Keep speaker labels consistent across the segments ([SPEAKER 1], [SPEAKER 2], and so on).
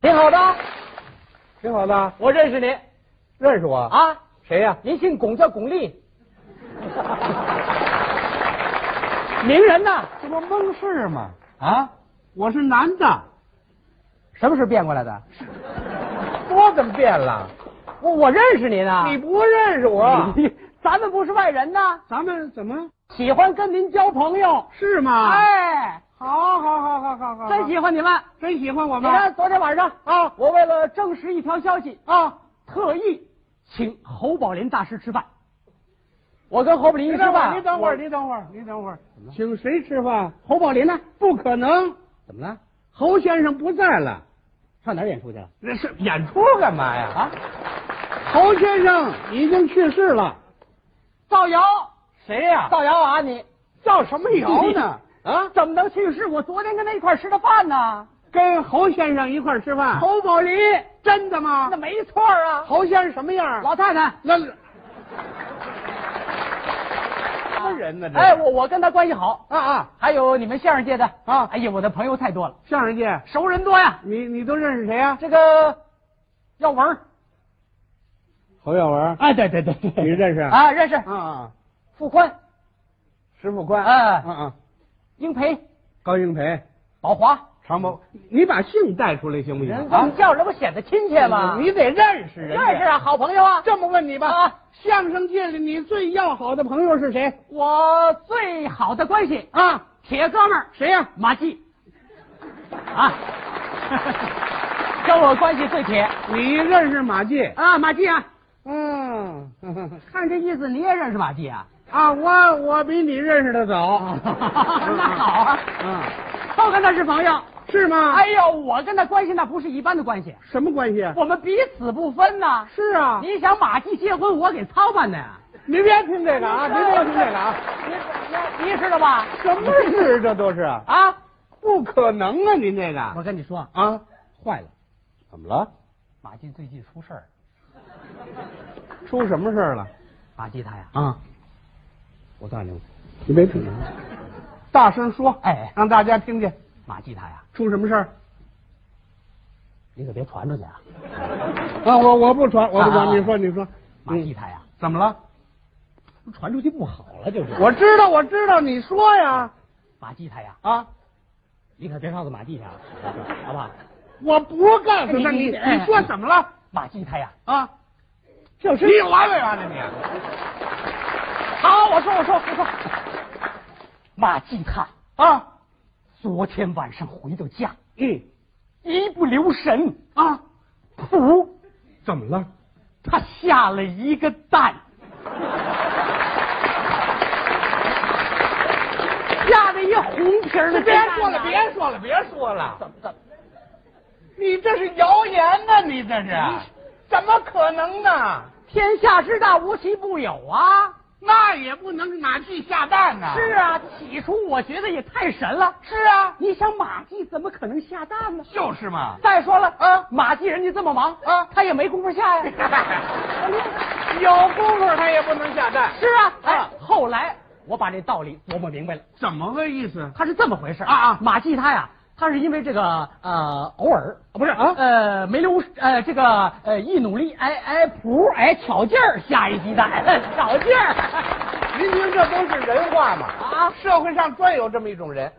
[SPEAKER 1] 挺好的，
[SPEAKER 2] 挺好的，
[SPEAKER 1] 我认识您
[SPEAKER 2] 认识我？
[SPEAKER 1] 啊，
[SPEAKER 2] 谁呀、
[SPEAKER 1] 您姓巩，叫巩 俐，名人呐。
[SPEAKER 2] 这不蒙事吗？啊，我是男的，
[SPEAKER 1] 什么时候变过来 的？
[SPEAKER 2] 我怎么变了？
[SPEAKER 1] 我我认识您啊，
[SPEAKER 2] 你不认识我？
[SPEAKER 1] 咱们不是外人呐，
[SPEAKER 2] 咱们怎么
[SPEAKER 1] 喜欢跟您交朋友。
[SPEAKER 2] 是吗？，
[SPEAKER 1] 哎，
[SPEAKER 2] 好，好，好，好，好，好，
[SPEAKER 1] 真喜欢你们。
[SPEAKER 2] 真喜欢我
[SPEAKER 1] 你
[SPEAKER 2] 吗
[SPEAKER 1] 看？昨天晚上啊，我为了证实一条消息啊，特意请侯宝林大师吃饭。我跟侯宝林一
[SPEAKER 2] 你
[SPEAKER 1] 吃
[SPEAKER 2] 等会儿，
[SPEAKER 1] 饭，
[SPEAKER 2] 你等会儿，
[SPEAKER 1] 我
[SPEAKER 2] 你等会儿，你等会儿，请谁吃饭？侯宝林呢？不可能，怎么了？侯先生不在了，
[SPEAKER 1] 上哪儿演出去了？
[SPEAKER 2] 那是演出干嘛呀？
[SPEAKER 1] 啊，
[SPEAKER 2] 侯先生已经去世了，
[SPEAKER 1] 造谣，
[SPEAKER 2] 谁呀
[SPEAKER 1] 造谣啊你！
[SPEAKER 2] 造什么谣呢？
[SPEAKER 1] 啊，怎么能去世？我昨天跟他一块儿吃的饭呢。
[SPEAKER 2] 跟侯先生一块儿吃饭，
[SPEAKER 1] 侯宝林，
[SPEAKER 2] 真的吗
[SPEAKER 1] 那？没错儿啊。
[SPEAKER 2] 侯先生什么样？
[SPEAKER 1] 老太太，
[SPEAKER 2] 那什么人呢？这
[SPEAKER 1] 哎，我我跟他关系好，
[SPEAKER 2] 啊啊，
[SPEAKER 1] 还有你们相声界的
[SPEAKER 2] 啊
[SPEAKER 1] 哎呀，我的朋友太多了，
[SPEAKER 2] 相声界，
[SPEAKER 1] 熟人多呀。
[SPEAKER 2] 你你都认识谁啊呀？
[SPEAKER 1] 这个耀文儿，
[SPEAKER 2] 侯耀文，
[SPEAKER 1] 哎，对对对
[SPEAKER 2] 你认识
[SPEAKER 1] 啊，认识
[SPEAKER 2] 啊啊，
[SPEAKER 1] 傅宽、
[SPEAKER 2] 石富宽，
[SPEAKER 1] 哎
[SPEAKER 2] 嗯嗯，
[SPEAKER 1] 英培、
[SPEAKER 2] 高英培，
[SPEAKER 1] 宝华，
[SPEAKER 2] 常谋，嗯你把姓带出来行不行
[SPEAKER 1] 人这么叫着不显得亲切吗？
[SPEAKER 2] 你得认识人
[SPEAKER 1] 认
[SPEAKER 2] 家。
[SPEAKER 1] 识啊，好朋友啊。
[SPEAKER 2] 这么问你吧，
[SPEAKER 1] 啊
[SPEAKER 2] 相声界里你最要好的朋友是谁
[SPEAKER 1] 我最好的关系，
[SPEAKER 2] 啊？
[SPEAKER 1] 铁哥们儿
[SPEAKER 2] 谁呀、
[SPEAKER 1] 马季，啊，跟我关系最铁
[SPEAKER 2] 你认识马季？
[SPEAKER 1] 啊，马季啊，
[SPEAKER 2] 嗯，
[SPEAKER 1] 看这意思你也认识马季啊？
[SPEAKER 2] 啊，我我比你认识的 早。
[SPEAKER 1] 那好啊，
[SPEAKER 2] 嗯，
[SPEAKER 1] 都跟他是朋友。
[SPEAKER 2] 是吗？
[SPEAKER 1] 哎，呦，我跟他关系那不是一般的关系，
[SPEAKER 2] 什么关系？啊
[SPEAKER 1] 我们彼此不分呐、
[SPEAKER 2] 是啊，
[SPEAKER 1] 你想马季结婚，我给操办的呀？
[SPEAKER 2] 您别听这个啊，您别听这个啊，
[SPEAKER 1] 你你你知道吧？
[SPEAKER 2] 什么事这都是？
[SPEAKER 1] 啊！
[SPEAKER 2] 不可能啊，您这个
[SPEAKER 1] 我跟你说，
[SPEAKER 2] 啊，
[SPEAKER 1] 坏了，
[SPEAKER 2] 怎么了？
[SPEAKER 1] 马季最近出事儿。
[SPEAKER 2] 出什么事儿了？
[SPEAKER 1] 马季他呀，
[SPEAKER 2] 啊，我告诉你，你别听，大声说，
[SPEAKER 1] 哎，
[SPEAKER 2] 让大家听见，
[SPEAKER 1] 马季他呀，
[SPEAKER 2] 出什么事儿？
[SPEAKER 1] 你可别传出去啊！
[SPEAKER 2] 啊，我我不传，我不传，
[SPEAKER 1] 啊
[SPEAKER 2] 你说你说，
[SPEAKER 1] 马季
[SPEAKER 2] 嗯
[SPEAKER 1] 他呀，
[SPEAKER 2] 怎么了？
[SPEAKER 1] 传出去不好了，就是
[SPEAKER 2] 我知道，我知道，你说呀
[SPEAKER 1] 马季他呀，
[SPEAKER 2] 啊。
[SPEAKER 1] 你可别告诉马季他 啊，好不好？
[SPEAKER 2] 我不告诉他，
[SPEAKER 1] 你
[SPEAKER 2] 你
[SPEAKER 1] 你哎
[SPEAKER 2] 你说怎么了
[SPEAKER 1] 马季他呀，
[SPEAKER 2] 啊？
[SPEAKER 1] 就是
[SPEAKER 2] 你有完没完了你？
[SPEAKER 1] 好，我说我说我说，马季他
[SPEAKER 2] 啊，
[SPEAKER 1] 昨天晚上回到家，
[SPEAKER 2] 嗯
[SPEAKER 1] 一不留神，
[SPEAKER 2] 啊，
[SPEAKER 1] 噗，
[SPEAKER 2] 怎么了？
[SPEAKER 1] 他下了一个蛋，下了一红皮儿的
[SPEAKER 2] 别
[SPEAKER 1] 蛋啊
[SPEAKER 2] 说了，别说了，别说了，
[SPEAKER 1] 怎么怎么
[SPEAKER 2] 你这是谣言呢、你这是，怎么可能呢？
[SPEAKER 1] 天下之大，无奇不有啊！
[SPEAKER 2] 那也不能马季下蛋呐、
[SPEAKER 1] 是啊，起初我觉得也太神了。
[SPEAKER 2] 是啊，
[SPEAKER 1] 你想马季怎么可能下蛋呢？
[SPEAKER 2] 就是 嘛。
[SPEAKER 1] 再说了，
[SPEAKER 2] 啊
[SPEAKER 1] 马季人家这么忙，
[SPEAKER 2] 啊
[SPEAKER 1] 他也没工夫下 呀。
[SPEAKER 2] 有功夫他也不能下蛋，
[SPEAKER 1] 是啊，哎
[SPEAKER 2] 啊，
[SPEAKER 1] 后来我把这道理琢磨明白了，
[SPEAKER 2] 怎么个意思？
[SPEAKER 1] 他是这么回事
[SPEAKER 2] 啊啊
[SPEAKER 1] 马季他呀，他是因为这个呃偶尔
[SPEAKER 2] 啊不是啊
[SPEAKER 1] 呃没留呃这个呃一努力哎哎噗哎巧劲儿下一鸡蛋， 巧劲儿。
[SPEAKER 2] 您听，这都是人话嘛！
[SPEAKER 1] 啊
[SPEAKER 2] 社会上专有这么一种人，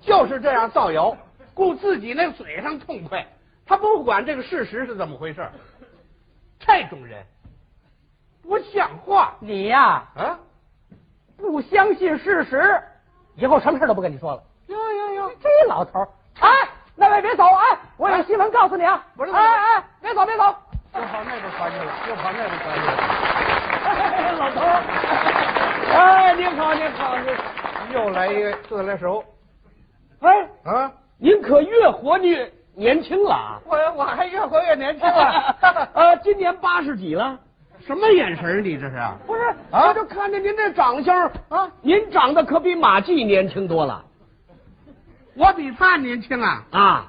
[SPEAKER 2] 就是这样造谣，顾自己那嘴上痛快，他不管这个事实是怎么回事儿。这种人不像话
[SPEAKER 1] 你呀、
[SPEAKER 2] 啊！
[SPEAKER 1] 不相信事实，以后什么事都不跟你说了。
[SPEAKER 2] 哟哟哟，
[SPEAKER 1] 这老头儿，哎，那位别走，哎，我有新闻告诉你啊！
[SPEAKER 2] 不是
[SPEAKER 1] 哎哎，别走别走，
[SPEAKER 2] 又跑那边传去了，又跑那边传去了。
[SPEAKER 1] 哎老头 儿，
[SPEAKER 2] 哎，您好，您好，您又来一个自来熟
[SPEAKER 1] 哎，
[SPEAKER 2] 啊！
[SPEAKER 1] 您可越活越年轻了 啊！
[SPEAKER 2] 我我还越活越年轻了。
[SPEAKER 1] 呃，今年八十几了，
[SPEAKER 2] 什么眼神儿？你这是？
[SPEAKER 1] 不是？
[SPEAKER 2] 啊
[SPEAKER 1] 我就看见您这长相啊，您长得可比马季年轻多了
[SPEAKER 2] 我比他年轻啊！
[SPEAKER 1] 啊！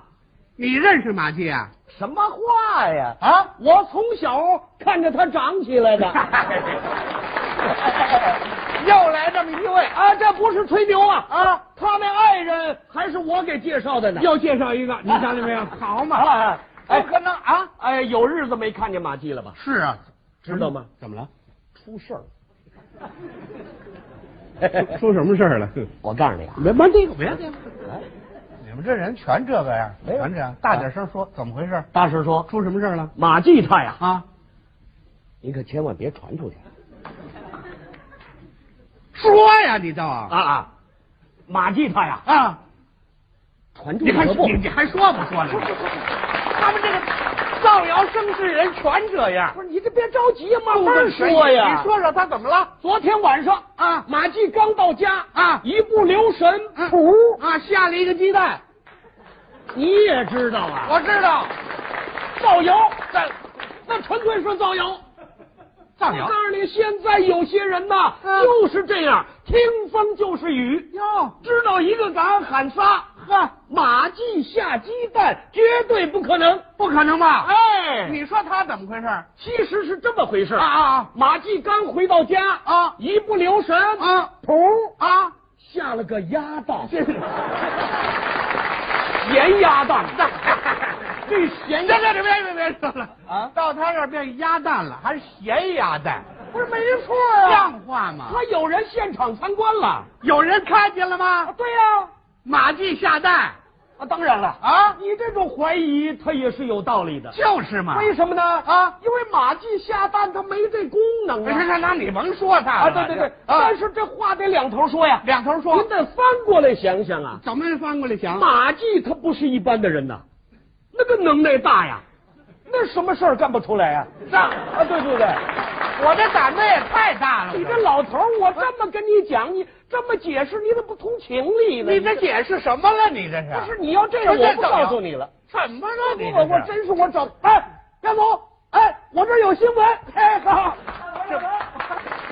[SPEAKER 2] 你认识马季啊？
[SPEAKER 1] 什么话呀？
[SPEAKER 2] 啊！
[SPEAKER 1] 我从小看着他长起 来的。
[SPEAKER 2] 又来这么一位，
[SPEAKER 1] 啊，这不是吹牛啊！
[SPEAKER 2] 啊，
[SPEAKER 1] 他那爱人还是我给介绍的呢。
[SPEAKER 2] 又介绍一个，你瞧见没有？好嘛，
[SPEAKER 1] 啊
[SPEAKER 2] 哎，可能啊，
[SPEAKER 1] 哎，有日子没看见马季了吧？
[SPEAKER 2] 是啊，
[SPEAKER 1] 知道吗？
[SPEAKER 2] 怎么 了？
[SPEAKER 1] 出事儿了！
[SPEAKER 3] 出什么事儿了？
[SPEAKER 1] 我告诉你啊，
[SPEAKER 3] 别别这个别这
[SPEAKER 2] 你们这人全这个呀，
[SPEAKER 1] 没有
[SPEAKER 2] 全这样，大点声说，怎么回事？
[SPEAKER 1] 大师说，
[SPEAKER 3] 出什么事儿了？
[SPEAKER 1] 马季他呀，
[SPEAKER 2] 啊，
[SPEAKER 1] 你可千万别传出去
[SPEAKER 2] 说呀，你倒啊
[SPEAKER 1] 啊啊！马季他呀，
[SPEAKER 2] 啊！
[SPEAKER 1] 传出
[SPEAKER 2] 你
[SPEAKER 1] 去
[SPEAKER 2] 还
[SPEAKER 1] 可不
[SPEAKER 2] 你你还说不说了你？他们这个造谣生事人全这样
[SPEAKER 1] 不，是你这别着急呀，慢
[SPEAKER 2] 不
[SPEAKER 1] 慢
[SPEAKER 2] 跟
[SPEAKER 1] 说呀。
[SPEAKER 2] 你说说他怎么了？
[SPEAKER 1] 昨天晚上
[SPEAKER 2] 啊
[SPEAKER 1] 马季刚到家
[SPEAKER 2] 啊
[SPEAKER 1] 一不留神，
[SPEAKER 2] 嗯
[SPEAKER 1] 噗、
[SPEAKER 2] 啊，下了一个鸡蛋，
[SPEAKER 1] 你也知道啊，
[SPEAKER 2] 我知道，
[SPEAKER 1] 造谣，
[SPEAKER 2] 这
[SPEAKER 1] 那纯粹是造谣。
[SPEAKER 2] 造
[SPEAKER 1] 我
[SPEAKER 2] 谣
[SPEAKER 1] 告诉你，现在有些人呐，
[SPEAKER 2] 嗯
[SPEAKER 1] 就是这样，听风就是雨，
[SPEAKER 2] 哟，
[SPEAKER 1] 知道一个敢喊仨。
[SPEAKER 2] 呵，
[SPEAKER 1] 马季下鸡蛋绝对不可能，
[SPEAKER 2] 不可能吧？
[SPEAKER 1] 哎，
[SPEAKER 2] 你说他怎么回事？啊
[SPEAKER 1] 其实是这么回事
[SPEAKER 2] 啊
[SPEAKER 1] 马季刚回到家
[SPEAKER 2] 啊
[SPEAKER 1] 一不留神
[SPEAKER 2] 啊
[SPEAKER 1] 噗，
[SPEAKER 2] 啊！
[SPEAKER 1] 下了个鸭蛋，
[SPEAKER 2] 这这
[SPEAKER 1] 咸鸭 蛋，这咸鸭
[SPEAKER 2] 这这别别别说了
[SPEAKER 1] 啊
[SPEAKER 2] 到他这儿变鸭蛋了，还是咸鸭蛋，
[SPEAKER 1] 不是没错啊
[SPEAKER 2] 像话吗？
[SPEAKER 1] 他有人现场参观了，
[SPEAKER 2] 有人看见了吗？
[SPEAKER 1] 对呀、啊，
[SPEAKER 2] 马季下蛋
[SPEAKER 1] 当然了啊，
[SPEAKER 2] 啊，
[SPEAKER 1] 你这种怀疑他也是有道理的，
[SPEAKER 2] 就是嘛。
[SPEAKER 1] 为什么呢？
[SPEAKER 2] 啊
[SPEAKER 1] 因为马季下蛋他没这功能
[SPEAKER 2] 那
[SPEAKER 1] 啊。
[SPEAKER 2] 那那你甭说他
[SPEAKER 1] 啊，
[SPEAKER 2] 了
[SPEAKER 1] 对对对
[SPEAKER 2] 这，啊
[SPEAKER 1] 但，是这话得两头说呀，
[SPEAKER 2] 两头
[SPEAKER 1] 您
[SPEAKER 2] 说，
[SPEAKER 1] 得翻过来想想啊。
[SPEAKER 2] 怎么翻过来想？
[SPEAKER 1] 马季他不是一般的人呐，那个能耐大呀，那什么事儿干不出来呀、
[SPEAKER 2] 上，
[SPEAKER 1] 啊，对对对。
[SPEAKER 2] 我这胆子也太大了。
[SPEAKER 1] 你这
[SPEAKER 2] 我
[SPEAKER 1] 老头儿，我这么跟你讲，你这么解释，你怎么不通情理呢？
[SPEAKER 2] 你这解释什么了？你这是
[SPEAKER 4] 啊
[SPEAKER 1] 不是你要这样，
[SPEAKER 2] 不是
[SPEAKER 1] 我不告诉你了。
[SPEAKER 2] 怎么了？你
[SPEAKER 1] 我我
[SPEAKER 2] 这
[SPEAKER 1] 真
[SPEAKER 2] 是
[SPEAKER 1] 是我找哎，杨总，哎，我这儿有新闻，哎好。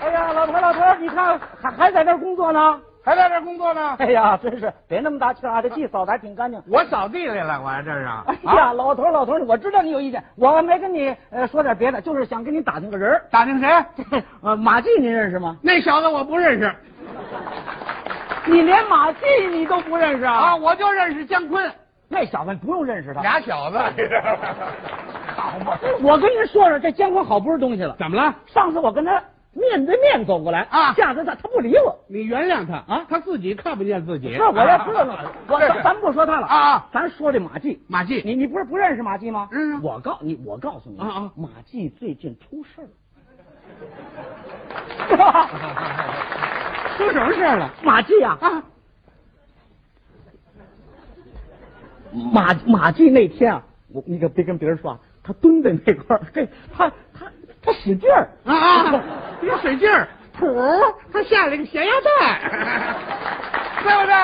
[SPEAKER 1] 哎呀，老头儿老头儿，你看还还在这儿工作呢？
[SPEAKER 2] 还在这儿工作呢？
[SPEAKER 4] 哎呀，真是别那么大气儿啊！这地扫的还挺干净。
[SPEAKER 2] 我扫地来了，我这是啊
[SPEAKER 4] 哎呀，老头儿老头儿，我知道你有意见，我没跟你呃说点别的，就是想跟你打听个人儿。
[SPEAKER 2] 打听谁？
[SPEAKER 4] 呃，马季您认识吗？
[SPEAKER 2] 那小子我不认识
[SPEAKER 4] 你连马季你都不认识啊？
[SPEAKER 2] 啊，我就认识姜昆，
[SPEAKER 4] 那小子你不用认识他。
[SPEAKER 2] 俩小子，你这好嘛？
[SPEAKER 4] 我跟您说说，这姜昆好不是东西 了。
[SPEAKER 2] 怎么了？
[SPEAKER 4] 上次我跟他面对面走过来
[SPEAKER 2] 啊
[SPEAKER 4] 吓得他他不理我。
[SPEAKER 2] 你原谅他啊，他自己看不见自己。
[SPEAKER 4] 是，我也知道了。我
[SPEAKER 2] 这
[SPEAKER 4] 咱
[SPEAKER 2] 是
[SPEAKER 4] 咱不说他了
[SPEAKER 2] 啊
[SPEAKER 4] 咱说这马季。
[SPEAKER 2] 马季，
[SPEAKER 4] 你你不是不认识马季吗？
[SPEAKER 2] 认识
[SPEAKER 4] 我告你，我告诉你
[SPEAKER 2] 嗯啊啊
[SPEAKER 4] 马季最近出事儿。
[SPEAKER 2] 出什么事儿了？
[SPEAKER 4] 马季啊，
[SPEAKER 2] 啊，嗯
[SPEAKER 4] 马马季那天啊，我你可别跟别人说啊，他蹲在那块儿，这他他他使劲儿
[SPEAKER 2] 啊啊！ 你使劲儿，噗，他下了个咸鸭蛋， 对不对？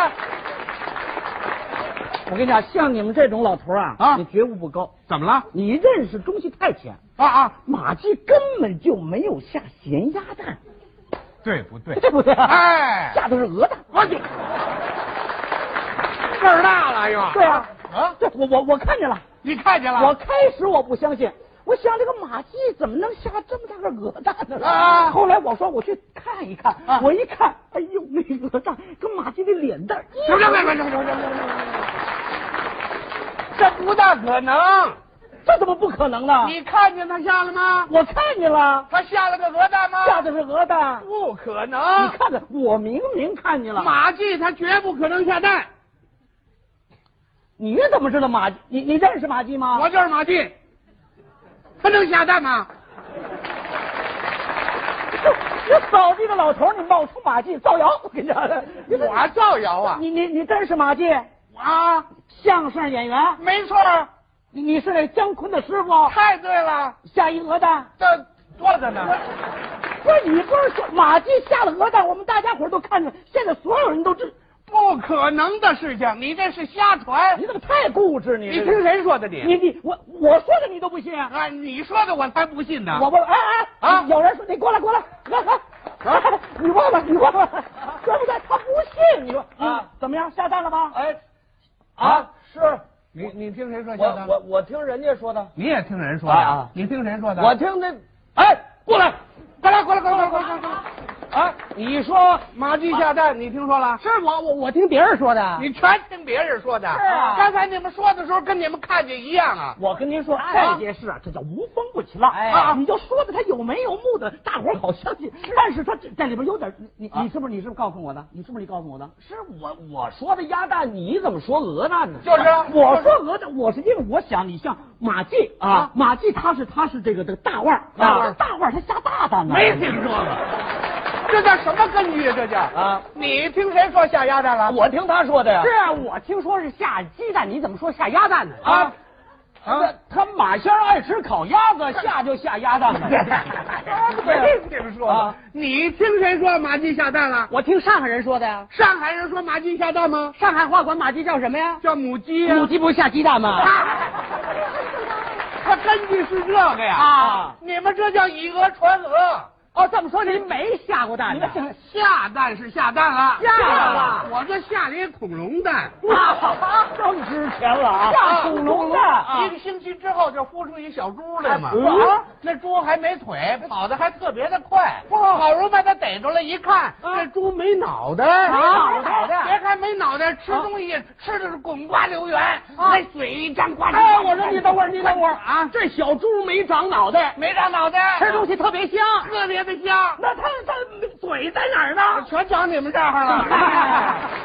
[SPEAKER 4] 我跟你讲，像你们这种老头儿啊，
[SPEAKER 2] 啊
[SPEAKER 4] 你觉悟不高，
[SPEAKER 2] 怎么了？
[SPEAKER 4] 你认识东西太浅。
[SPEAKER 2] 啊啊，
[SPEAKER 4] 马季根本就没有下咸鸭蛋，
[SPEAKER 2] 对不对
[SPEAKER 4] 对不对？
[SPEAKER 2] 哎
[SPEAKER 4] 下的是鹅蛋。
[SPEAKER 2] 我就 事儿大了又。
[SPEAKER 4] 对啊，
[SPEAKER 2] 啊，
[SPEAKER 4] 这我我我看见了。
[SPEAKER 2] 你看见了？
[SPEAKER 4] 我开始我不相信，我想这个马季怎么能下这么大个鹅蛋呢？
[SPEAKER 2] 啊
[SPEAKER 4] 后来我说我去看一看，
[SPEAKER 2] 啊
[SPEAKER 4] 我一看，哎呦，那鹅蛋跟马季的脸蛋儿一
[SPEAKER 2] 行
[SPEAKER 4] 模
[SPEAKER 2] 行行行行行行行这不大可能。
[SPEAKER 4] 这怎么不可能呢？
[SPEAKER 2] 你啊看见他下了吗？
[SPEAKER 4] 我看见了，
[SPEAKER 2] 他下了个鹅蛋吗？
[SPEAKER 4] 下的是鹅蛋。
[SPEAKER 2] 不可
[SPEAKER 4] 你
[SPEAKER 2] 能。
[SPEAKER 4] 看看，我明明看见了。
[SPEAKER 2] 啊马季他绝不可能下蛋。
[SPEAKER 4] 你怎么知道马季？你你认识马季吗？
[SPEAKER 2] 我就是马季，他能下蛋吗？
[SPEAKER 4] 你扫地的老头儿，你冒充马季造谣，我跟你讲，你
[SPEAKER 2] 我造谣啊！
[SPEAKER 4] 你你你真是马季，
[SPEAKER 2] 啊，
[SPEAKER 4] 相声演员，
[SPEAKER 2] 没错儿，
[SPEAKER 4] 你你是那姜昆的师傅，
[SPEAKER 2] 太对了，
[SPEAKER 4] 下一鹅蛋。
[SPEAKER 2] 这多着呢。
[SPEAKER 4] 不是你不是说马季下了鹅蛋，我们大家伙儿都看见，现在所有人都知，
[SPEAKER 2] 不可能的事情，你这是瞎传
[SPEAKER 4] 你。怎么太固执你？
[SPEAKER 2] 你听谁说的
[SPEAKER 4] 你
[SPEAKER 2] 你？
[SPEAKER 4] 你我我说的你都不信，
[SPEAKER 2] 啊，你说的我才不信呢。
[SPEAKER 4] 我问哎哎
[SPEAKER 2] 啊
[SPEAKER 4] 有人说你过来过来来来。
[SPEAKER 2] 啊
[SPEAKER 4] 你问问，你问问，对不对？他不信，你说
[SPEAKER 1] 啊
[SPEAKER 4] 啊，怎么样？下蛋了吗？
[SPEAKER 2] 呃
[SPEAKER 1] 哎，
[SPEAKER 4] 啊，
[SPEAKER 1] 是
[SPEAKER 2] 你你听谁说
[SPEAKER 1] 我
[SPEAKER 2] 的？
[SPEAKER 1] 我我听人家说的，
[SPEAKER 2] 你也听人说
[SPEAKER 1] 啊啊
[SPEAKER 2] 的？你听谁说的？
[SPEAKER 1] 我听那，哎，过来，
[SPEAKER 2] 过来过来过来过来过来过来！啊，你说马季下蛋，你听说了？
[SPEAKER 1] 是我我我听别人说的。
[SPEAKER 2] 啊你全听别人说的。
[SPEAKER 1] 是啊
[SPEAKER 2] 刚才你们说的时候跟你们看见一样啊。
[SPEAKER 1] 我跟您说，
[SPEAKER 2] 啊
[SPEAKER 1] 这件事啊，这叫无风不起浪、
[SPEAKER 4] 哎
[SPEAKER 1] 啊！你就说的他有眉有目的，大伙儿好相信。但是他这这里边有点，你
[SPEAKER 2] 啊
[SPEAKER 1] 你你是不是你是不是告诉我的？你是不是你告诉我的？
[SPEAKER 4] 是我我说的鸭蛋，你怎么说鹅蛋呢？
[SPEAKER 2] 就是啊
[SPEAKER 1] 我说鹅的，我是因为我想你像马季啊
[SPEAKER 2] 啊，
[SPEAKER 1] 马季他是他是这个这个大腕儿，啊
[SPEAKER 2] 大腕儿
[SPEAKER 1] 大腕儿他下大蛋呢。
[SPEAKER 2] 没听说过，这叫什么根据啊？这叫
[SPEAKER 4] 啊！
[SPEAKER 2] 你听谁说下鸭蛋了？
[SPEAKER 4] 我听他说的呀
[SPEAKER 1] 是啊，我听说是下鸡蛋，你怎么说下鸭蛋呢？啊
[SPEAKER 2] 啊
[SPEAKER 4] 他他马仙儿爱吃烤鸭子，下就下 鸭蛋
[SPEAKER 2] 啊没听说过
[SPEAKER 4] 啊。
[SPEAKER 2] 你听谁说马季下蛋了？
[SPEAKER 1] 我听上海人说的呀。
[SPEAKER 2] 上海人说马季下蛋吗？
[SPEAKER 1] 上海话管马鸡叫什么呀？
[SPEAKER 2] 叫母鸡呀。
[SPEAKER 1] 母鸡不是下鸡蛋吗？
[SPEAKER 2] 他根据是这个呀。
[SPEAKER 1] 啊
[SPEAKER 2] 你们这叫以讹传讹。
[SPEAKER 1] 哦，这么说您没下过蛋呢？
[SPEAKER 2] 下蛋是下蛋了，
[SPEAKER 1] 下了
[SPEAKER 2] 我这下了一恐龙蛋，
[SPEAKER 1] 啊，更值钱了啊！下恐龙蛋，
[SPEAKER 2] 一个星期之后就孵出一小猪来嘛。
[SPEAKER 1] 嗯
[SPEAKER 2] 啊，那猪还没腿，跑得还特别的快。
[SPEAKER 1] 哦
[SPEAKER 2] 好容易把它逮着了，一看这猪没脑袋，哎
[SPEAKER 1] 啊没脑袋啊
[SPEAKER 2] 别看没脑袋，吃东西吃的是滚瓜溜圆，那水一张呱。
[SPEAKER 1] 哎，我说你等会儿，你等会儿哎
[SPEAKER 2] 啊，
[SPEAKER 1] 这小猪没长脑袋，
[SPEAKER 2] 没长脑袋，啊
[SPEAKER 1] 吃东西特别香。
[SPEAKER 2] 特别的香。
[SPEAKER 1] 那它它嘴在哪儿呢？
[SPEAKER 2] 全长你们这儿了。